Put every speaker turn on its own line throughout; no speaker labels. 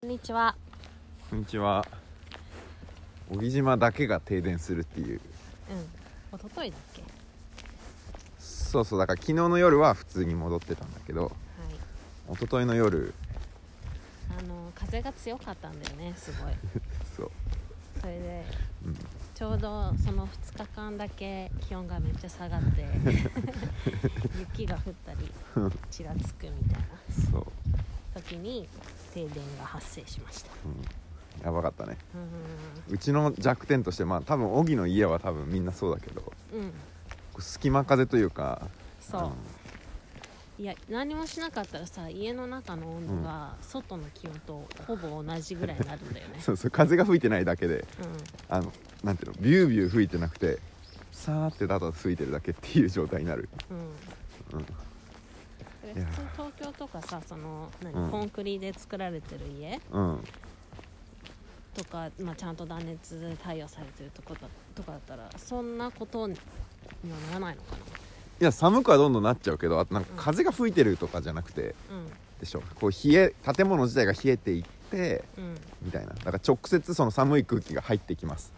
こんにちは
こんにちは小木島だけが停電するっていう
うん一昨日だっけは
そうそうだから昨日の夜は普通に戻ってたんだけど
い
一昨日の夜
あの風が強かったんだよねす ごい
そう
それで
うん
ちょうどその2日間だけ気温がめっちゃ下がって 雪が降ったりちらつくみたいな
そう、
時に停電が発生しました
うん、やばかったね
う
うちの弱点としてまあ多分小木の家は多分みんなそうだけどこ
んうん
う隙間風というか
そういや何もしなかったらさ家の中の温度が外の気温とほぼ同じぐらいになるんだよね
ん、 そうそう風が吹いてないだけで
う
あのなんていうのビュービュー吹いてなくてさーってただ吹いてるだけっていう状態になる
んうん
うん
それ
いや
普通東京とかさその何、
うん
コンクリで作られてる家
うん
とか、まあ、ちゃんと断熱で対応されてるとこだとかだったらそんなことにはならないのか
いや寒くはどんどんなっちゃうけどあとなんか風が吹いてるとかじゃなくて
なうん
でしょこう冷え建物自体が冷えていって
うん
みたいなだから直接その寒い空気が入ってきます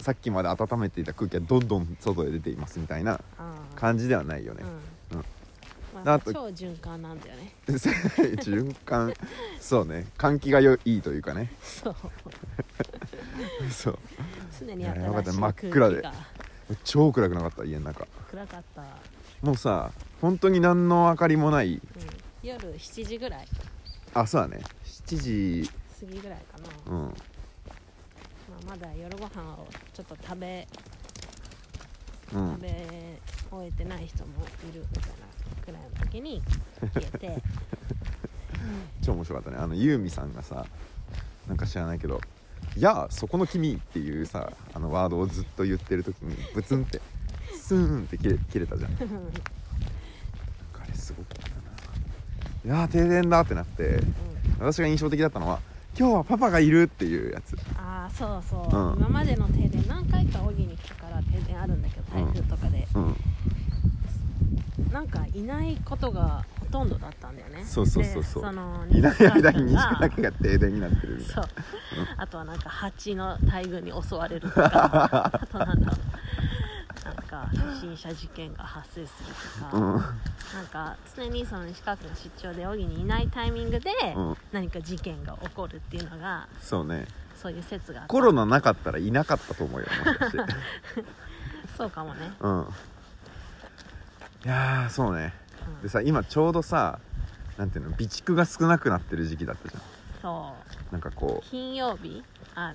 さっきまで温めていた空気がどんどん外へ出ていますみたいな
ああ
感じではないよね
う、ん、
うん
まあ、
あ
超
と
循環なんだよね
循環そうね換気がよいいというかね
そう
そう
常に
いややばか
新
った
しい
真
空
っ
気
暗で
が
超暗くなかった家の中
暗かった、うん、
もうさ本当に何の明かりもない
夜7時ぐらい
あそうだね7時
過ぎぐらいかな、
うん
まあ、まだ夜ご飯をちょっと食べ
う
食
ん
べ終えてない人もいるみたいなくらいの時に消えて
超面白かったねあのユーミさんがさなんか知らないけど「やあそこの君」っていうさあのワードをずっと言ってる時にブツンってスーンって切れ切れたじゃんなんかあれすごかったないやあ停電だってなって私が印象的だったのは「今日はパパがいる」っていうやつ
ああそうそう、
うん
今までの停電何回か小木に来たから停電あるんだけど台風とかで、
うん
なんかいないことがほとんどだったんだよね
そうそうそうそう
でその
いない間に
西
西
川
川
君が
家が停電になってるみたい
そ
な
うあとはなんか蜂の大群に襲われると かあとなんだろうなんか不審者事件が発生するとか、
うん
なんか常にその西川君の出張で小木にいないタイミングで
うん
何か事件が起こるっていうのが
そうね
そういう説があって
コロナなかったらいなかったと思うよもしかして
そうかもね、
うんいやーそうね
う
で
ん、
さ今ちょうどさなんていうの備蓄が少なくなってる時期だったじゃん
そう
なんかこう
金曜日あ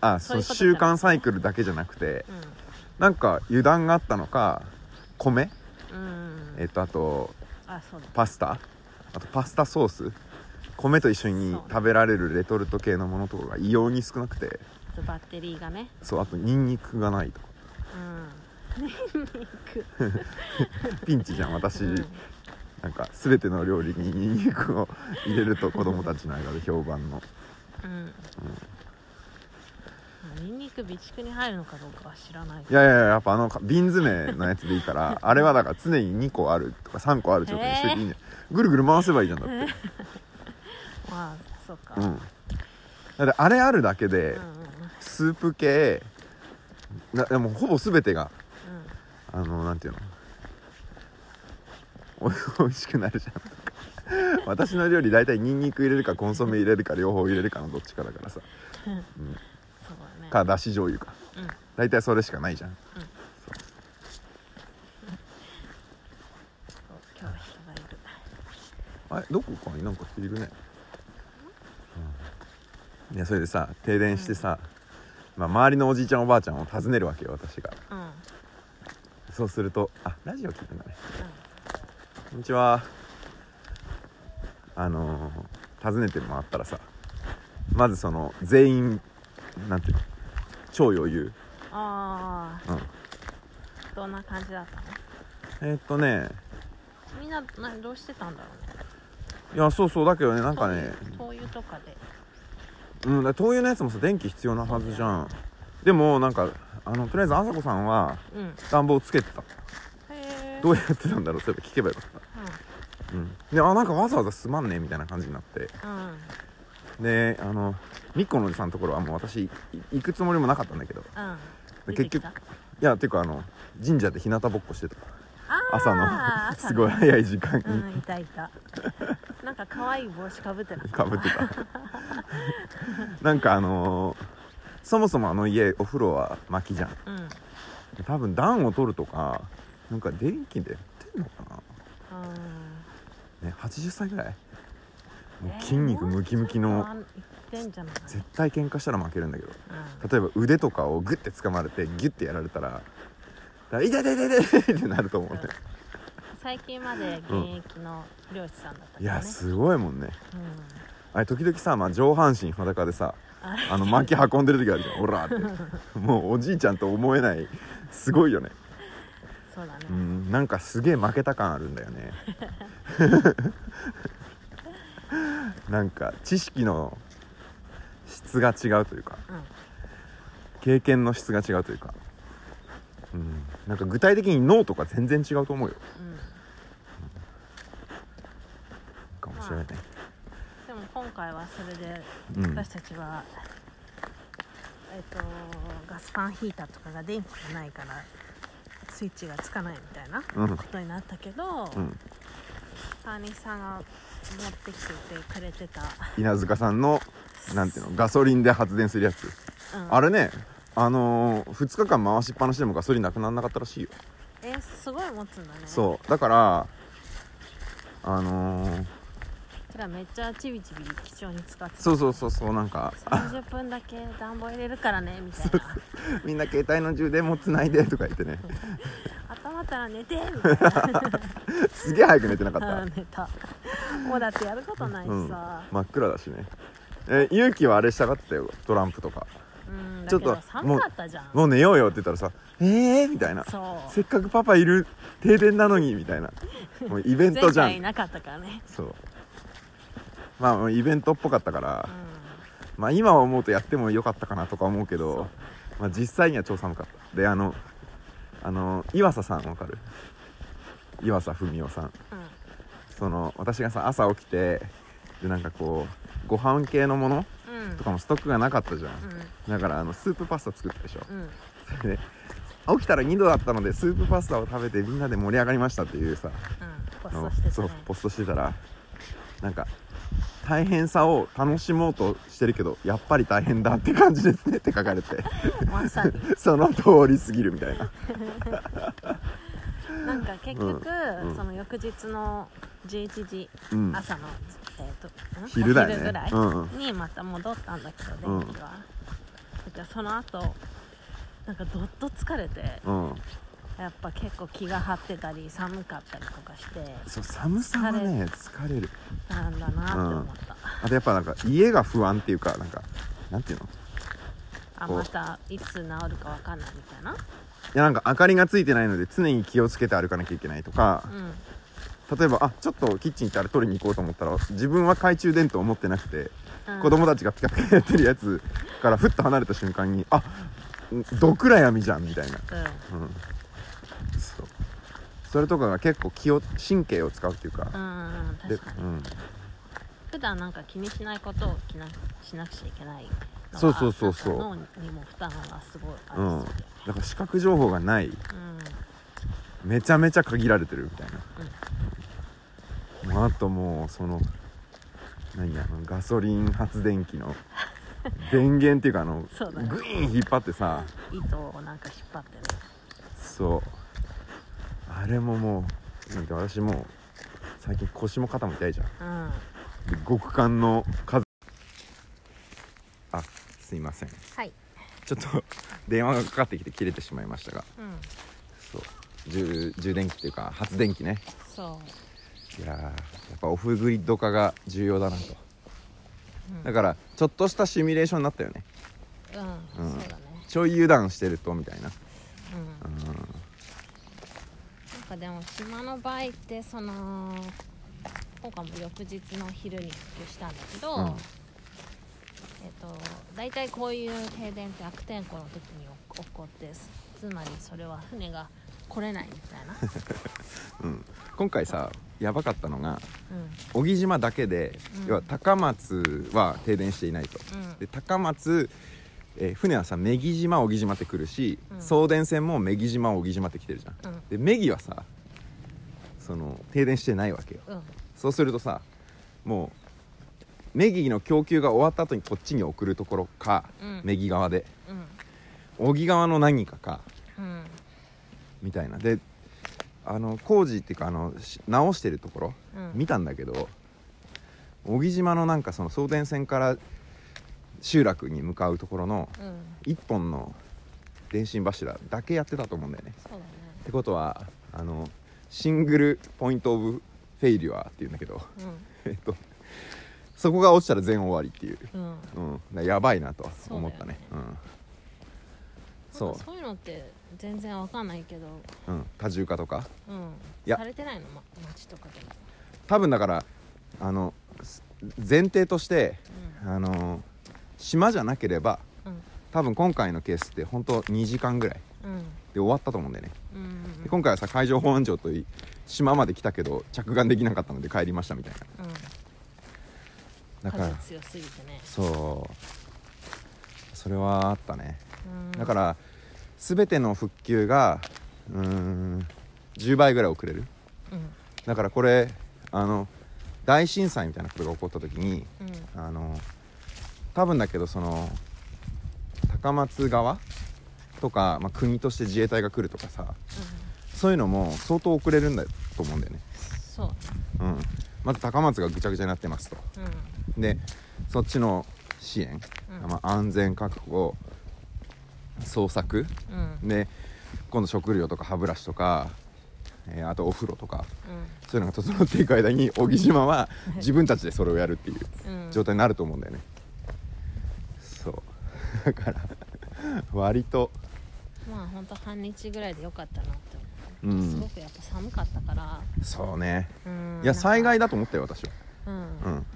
あ
そ
そう
いうこ
の
と
週間サイクルだけじゃなくて
う
なんか油断があったのか米
んうん
えっとあと
あそうだ
パスタあとパスタソース米と一緒に食べられるレトルト系のものとかが異様に少なくて
あとバッテリーがね
そうあとニンニクがないとか
うんニンニク
ピンチじゃん私
うん
なんか全ての料理にニンニクを入れると子供たちの間で評判の
うんニンニク備蓄に入るのかどうかは知らない
いやいやいややっぱあのか瓶詰めのやつでいいから あれはだから常に2個あるとか3個ある状態にしといていいんじゃんぐるぐる回せばいいじゃんだって
まあそうか、
うんだってあれあるだけ
うんうんう
で
ん
スープ系なでもほぼ全てが
うん
あのなんていうのお美味しくなるじゃん 私の料理大体ニンニク入れるかコンソメ入れるか両方入れるかのどっちかだからさ、うん、
そうだね
かだし醤油か
うん
大体それしかないじゃん
そう今日は人がいる
あれどこかになんか人いるね、うんいやそれでさ停電してさ、まあ、周りのおじいちゃんおばあちゃんを訪ねるわけよ私が
うんうん
そうするとあラジオ聞くんだねこんにちはあのー、訪ねて回ったらさまずその全員なんていうの超余裕
あ
うん
あどんな感じだったの
えーっとね
みんななどうしてたんだろうね
いやそうそうだけどねなんかね
灯油とかで
うん、だから灯油のやつもさ電気必要なはずじゃんでもなんかあのとりあえずあさこさんは
うんへ
暖房つけてた
え
どうやってたんだろうそういえば聞けばよかったうんであなんかわざわざすまんねみたいな感じになって
うんうん
であの日光のおじさんのところはもう私い行くつもりもなかったんだけどい
うん出
で
てきた
結やていうかあの神社で日向ぼっこしてた
あー
朝の
朝
すごい早い時間に、
うんいたい たなんか可愛い帽子かぶってなかった
かぶってたなんかあのーそもそもあの家お風呂は薪じゃん
うんうん
で多分暖を取るとかなんか電気でやってんのかな、ね、80歳ぐらいもう筋肉ムキムキの
えーもうちょっとあんいってんじゃない
絶対喧嘩したら負けるんだけど
うん
例えば腕とかをグッて掴まれてギュッてやられたら「だ痛い痛い痛い痛い痛い」ってなると思うね
最近まで現役の漁師さんだったからね
いやすごいもんね
うん
あれ時々さ、まあ、上半身裸でさ
あ
あの薪運んでる時あるじゃん「オラ」 ってもうおじいちゃんと思えないすごいよね
そうだね
うんなんかすげえ負けた感あるんだよ ねなんか知識の質が違うというか
うん
経験の質が違うというかうんなんか具体的に脳とか全然違うと思うよ
うん
かもしれないね、
でも今回はそれで
うん
私たちは、えっとガスファンヒーターとかが電気がないからスイッチがつかないみたいな
うん
ことになったけど、
うん、
川西さんが持ってきててくれてた、
稲塚さんのなんていうのガソリンで発電するやつ
うん、
あれねあのー、2日間回しっぱなしでもガソリンなくならなかったらしいよ
えーすごい持つんだね
そうだからあのー、
てかめっちゃちびちび貴重に使ってた
そうそうそうそうなんか
30分だけ暖房入れるからねみたいな
みんな携帯の充電もつないでとか言ってね
頭ったら寝て みたいな
すげえ早く寝てなかった、
寝たもうだってやることないし
うん、
さ、
真っ暗だしねえ勇気はあれしたがってたよトランプとか
うん
ちょ
だ
っ
けど
と
寒かったじゃん
もう寝ようよって言ったらさええー、みたいな
そう
せっかくパパいる停電なのにみたいなもうイベント
前
じゃ
回い
ん
なかったからね、
そうまあもうイベントっぽかったから
うん、
まあ今は思うとやってもよかったかなとか思うけど
そう
まあ実際には超寒かったであのあの岩佐さんわかる岩佐文夫さん
うん
その私がさ朝起きてでなんかこうご飯系のもの
うん
とかもストックがなかったじゃん、だからあのスープパスタ作ったでしょ
うんうん
それで起きたら2度だったのでスープパスタを食べてみんなで盛り上がりましたっていうさ
ポ
あの
ストしてた
そ
ね
うポストしてたらなんか大変さを楽しもうとしてるけどやっぱり大変だって感じですねって書か れて
まさに
その通りすぎるみたいな
なんか結局、
うんうん
その翌日の11時、
うん
朝の、えーとん
昼だよね
お昼ぐらい
うんうん
にまた戻ったんだけど
うん
電気は、じゃあその後なんかどっと疲れて
うん
やっぱ結構気が張ってたり寒かったりとかして
そう寒さがね疲れる
なんだなって思った、
あとやっぱなんか家が不安っていうかなんかなんていうの
あ
こう
またいつ治るかわかんないみたいない
やなんか明かりがついてないので常に気をつけて歩かなきゃいけないとか
うん
例えばあちょっとキッチン行ってあれ取りに行こうと思ったら自分は懐中電灯を持ってなくて
うん
子供たちがピカピカやってるやつからふっと離れた瞬間にあどくら闇じゃんみたいな、
うん
うん、そうそれとかが結構気を神経を使うっていう
う
か、
んうん
で
確かに
うん、
普段なんか気にしないことを気なしなくちゃいけないのが
そうそうそうそう
なんか脳にも負担がすごいありそうで
だから視覚情報がない
うん
めちゃめちゃ限られてるみたいな、もうあともうその何あのガソリン発電機の電源っていうかあの
そうだね
グイーン引っ張ってさ
糸をなんか引っ張ってね
そうあれももうなんか私もう最近腰も肩も痛いじゃん
うん
で極寒の風あすいません
はい
ちょっと 電話がかかってきて切れてしまいましたが
うん
そう充充電器っていうか発電機ね
そ
いやーやっぱオフグリッド化が重要だなと、
うん
だからちょっとしたシミュレーションになったよね
うう
うんん
そうだね
ちょい油断してるとみたいな
うん
う
なんんかでも島の場合ってその今回も翌日の昼に復旧したんだけど、
うん
えっと大体こういう停電って悪天候の時に起こ起こってつまりそれは船が来れないみた いな、
うん、今回さやばかったのが
う
小木島だけで、
うん
要は高松は停電していないと、
んうん
で高松、えー船はさ女木島小木島って来るし、
うん
送電線も女木島小木島って来てるじゃん、
うん
で女木はさその停電してないわけよ
うん
そうするとさもう女木の供給が終わった後にこっちに送るところか、
うん
女木側で
うん
小木側の何かか
うん
みたいなであの工事っていうかあのし直してるところ、
うん
見たんだけど小木島のなんかその送電線から集落に向かうところの
うん
1本の電信柱だけやってたと思うんだよね
そうだね
ってことはあのシングルポイント・オブ・フェイリュアーっていうんだけど えっとそこが落ちたら全終わりっていう、
うんうん
うん、だからやばいなと思ったね
そうだ
そう
なんかそういうのって全然わかんないけど
うん、うん、多重化とか
うん
いや
されてないの、ま、街とかでも
多分だからあのす前提として
う
あの島じゃなければ
ん
多分今回のケースって本当2時間ぐらい
うんうん
で終わったと思うんだよね
うん
で今回はさ海上保安庁といい島まで来たけど着岸できなかったので帰りましたみたい
うん
なだから
風強すぎてね
そうそれはあったね
うん
だから全ての復旧がうーん10倍ぐらい遅れる
うん
だからこれあの大震災みたいなことが起こった時に
うん
あの多分だけどその高松側とか、まあ、国として自衛隊が来るとかさ
う
そういうのも相当遅れるんだと思うんだよね、
んそう
うん、まず高松がぐちゃぐちゃになってますと
うん
でそっちの支援、
うん
まあ、安全確保捜索
うん
で今度食料とか歯ブラシとか、えーあとお風呂とかそういうのが整っていく間に小木島は自分たちでそれをやるっていう
うんうん
状態になると思うんだよね、そうだから割と
まあ本当半日ぐらいでよかったなって
う
思う、す
ん
ごくやっぱ寒かったから、
そうね
うん、
いや災害
だ
だと思ったよ私は
うんう
うんん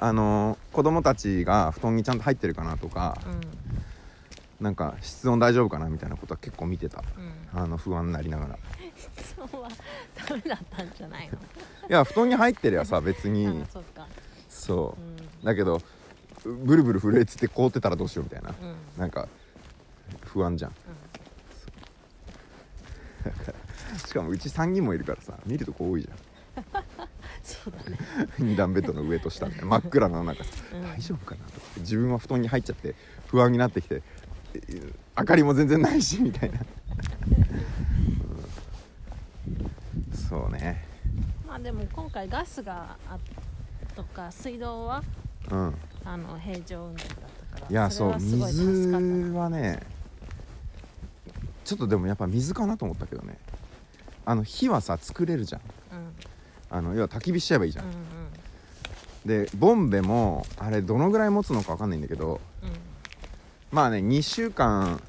あのー子供たちが布団にちゃんと入ってるかなとかなんか室温大丈夫かなみたいなことは結構見てた
うん
あの不安になりながらい
そうはダメだったんじゃないの
や布団に入ってりゃさ別に、
あそっか
そうう、
ん
だけどブルブル震えてて凍ってたらどうしようみたいな、
うん
なんか不安じゃんしかもうち3人もいるからさ見るとこ多いじ
そうだね
ゃん 二段ベッドの上と下みたいな真っ暗な中さ、
うん
大丈夫かなとか自分は布団に入っちゃって不安になってきてえ明かりも全然ないしみたいな、うんそうね
まあでも今回ガスがあとか水道は
うん
あの平常運転だったから
いや
それ
そう
はすごい助
水
かったな
はねちょっとでもやっぱ水かなと思ったけどねあの火はさ作れるじゃん
うん
あの要は焚き火しちゃえばいいじゃん、
うん
でボンベもあれどのぐらい持つのかわかんないんだけど
うん
まあね2週間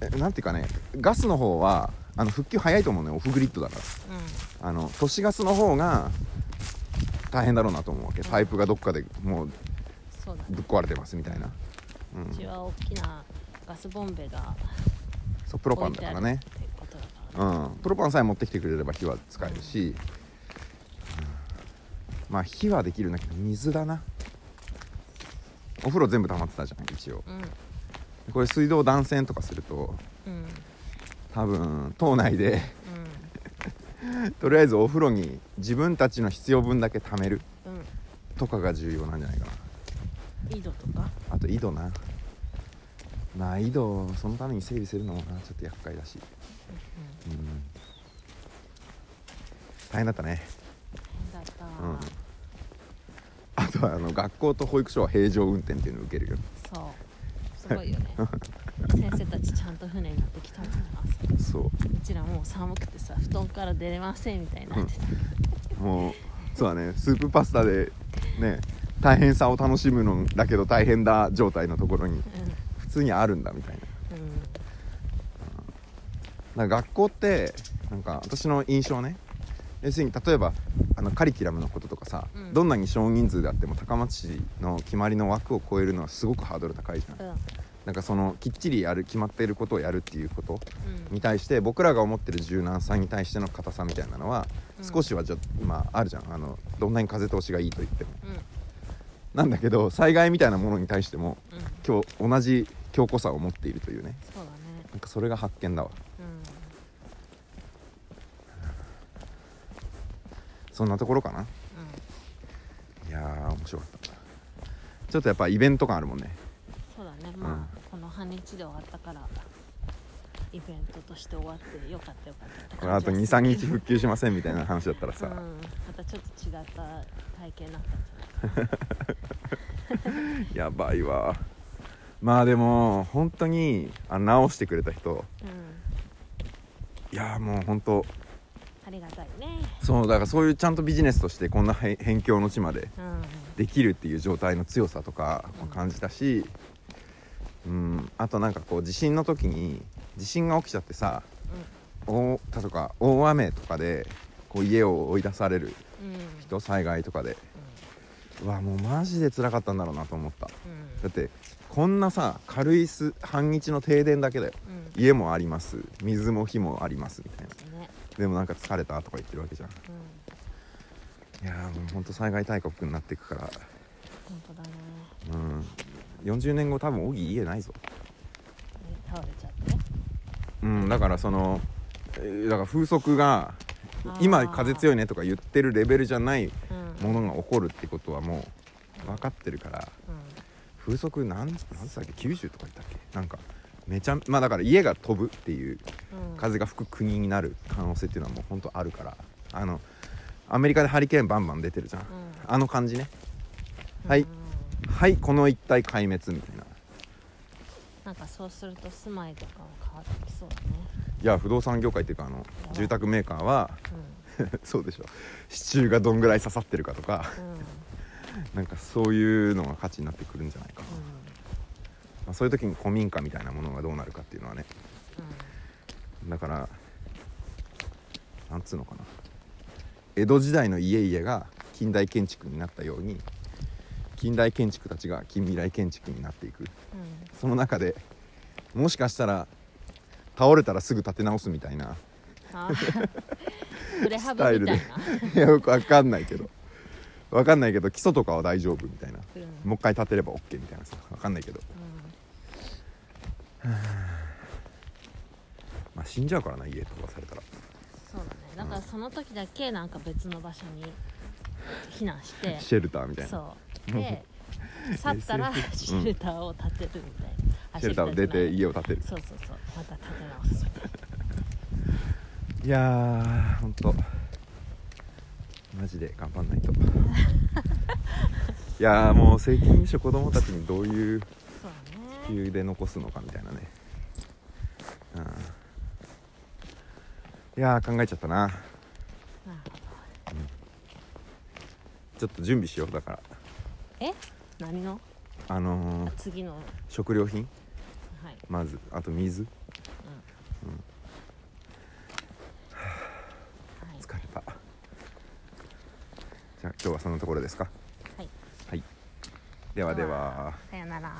えなんていうかねガスの方はあの復旧早いと思うねオフグリッドだか
うん
らあの都市ガスの方が大変だろうなと思うわけパイプがどっかでもう
そうだね
ぶっ壊れてますみたいな、う
うんち、は大きなガスボンベが
そうプロパンだからね
置いてあるっていうことだからね
うん、プロパンさえ持ってきてくれれば火は使えるし、うんまあ火はできるんだけど水だなお風呂全部溜まってたじゃん一応
うん
これ水道断線とかすると
うん
多分島内で とりあえずお風呂に自分たちの必要分だけ貯める
うんうん
とかが重要なんじゃないかな
井戸とか
あと井戸なまあ井戸をそのために整備するのもなちょっと厄介だし、うん、大変だったね
だった、
うんあとはあの学校と保育所は平常運転っていうのを受けるよ
そうすごいよね先生たちちゃんと船に乗ってきたもんな
そう
ちらもう寒くてさ布団から出れませんみたいになってた、
うもうそうだねスープパスタでね大変さを楽しむのだけど大変だ状態のところに普通にあるんだみたいな
うんうん
なんか学校ってなんか私の印象ね要するに例えばあのカリキュラムのこととかさ、
うん
どんなに少人数であっても高松市の決まりの枠を超えるのはすごくハードル高いじゃん、
うん
なんかそのきっちりやる決まっていることをやるっていうこと
うん
に対して僕らが思ってる柔軟さに対しての硬さみたいなのは
うん
少しはじゃ、まあ、あるじゃんあのどんなに風通しがいいと言っても
うん
なんだけど災害みたいなものに対しても
うん
今日同じ強固さを持っているというね
そうだね
なんかそれが発見だわ
うん
そんなところかな
うん
いやー面白かったちょっとやっぱイベント感あるもんね
そうだねまあ、この半日で終わったからイベントとして終わってよかったよかったって
これあと
感じ
23
はする
日復旧しませんみたいな話だったら
う
さ、
ん、またちょっと違った体験になったんじゃない
やばいわまあでも本当にあの直してくれた人
うん
いやーもう本当
ありがたいね
そうだからそういうちゃんとビジネスとしてこんなへ辺境の地まで
うん
できるっていう状態の強さとかも感じたし、うん、あとなんかこう地震の時に地震が起きちゃってさ大とか大雨とかでこう家を追い出される
うんうん
人災害とかでうわもうマジで辛かったんだろうなと思っただってこんなさ軽いす半日の停電だけだよ
うんうん
家もあります水も火もありますみたいな
ね
でもなんか疲れたとか言ってるわけじゃん
うん
いやーもうほんと災害大国になっていくから
本当だね
うん40年後多分オギ家ないぞ
倒れちゃって
うんだからそのえーだから風速が
あー
今風強いねとか言ってるレベルじゃない
うん
ものが起こるってことはもう分かってるから
うん
風速なんなんつったっけ90とか言ったっけなんかめちゃまあだから家が飛ぶっていう
うん
風が吹く国になる可能性っていうのはもう本当あるからあのアメリカでハリケーンバンバン出てるじゃん
うん
あの感じねはい
うん
はいこの一帯壊滅みたいな
なんかそうすると住まいとかも変わってきそうだね
いや不動産業界っていうかあの住宅メーカーは そうでしょ支柱がどんぐらい刺さってるかとか
うんうんうん
なんかそういうのが価値になってくるんじゃないかな、まあ、そういう時に古民家みたいなものがどうなるかっていうのはねだからなんつうのかな江戸時代の家々が近代建築になったように近代建築たちが近未来建築になっていく
うんうん
その中でもしかしたら倒れたらすぐ立て直すみたいな
あープレハブみたいな、
スいやよくわかんないけどわかんないけど基礎とかは大丈夫みたいな
うんうん
もう一回立てれば OK みたいなさわかんないけど、まあ、死んじゃうからな家飛ばされたら
そうだねだからその時だけなんか別の場所に避難して
シェルターみたいな
そうで去った らシェルターを建てるみたいな、あ
シェルターを出て家
を
を建てる
そうそうそうまた建て直すみたい
いやーほんとマジで頑張 んないといやーもう責任者子供たちにどういう
なそう
理
ね
由で残すのかみたいなねうんいやー考えちゃった
な
な
るほど
ちょっと準備しようだから
え何の
あの
あ
ー、
次のは
食料品
い
まずあと水
はい
疲れたじゃあ今日はそんなところですか
はい
はいではでは
さよなら
さ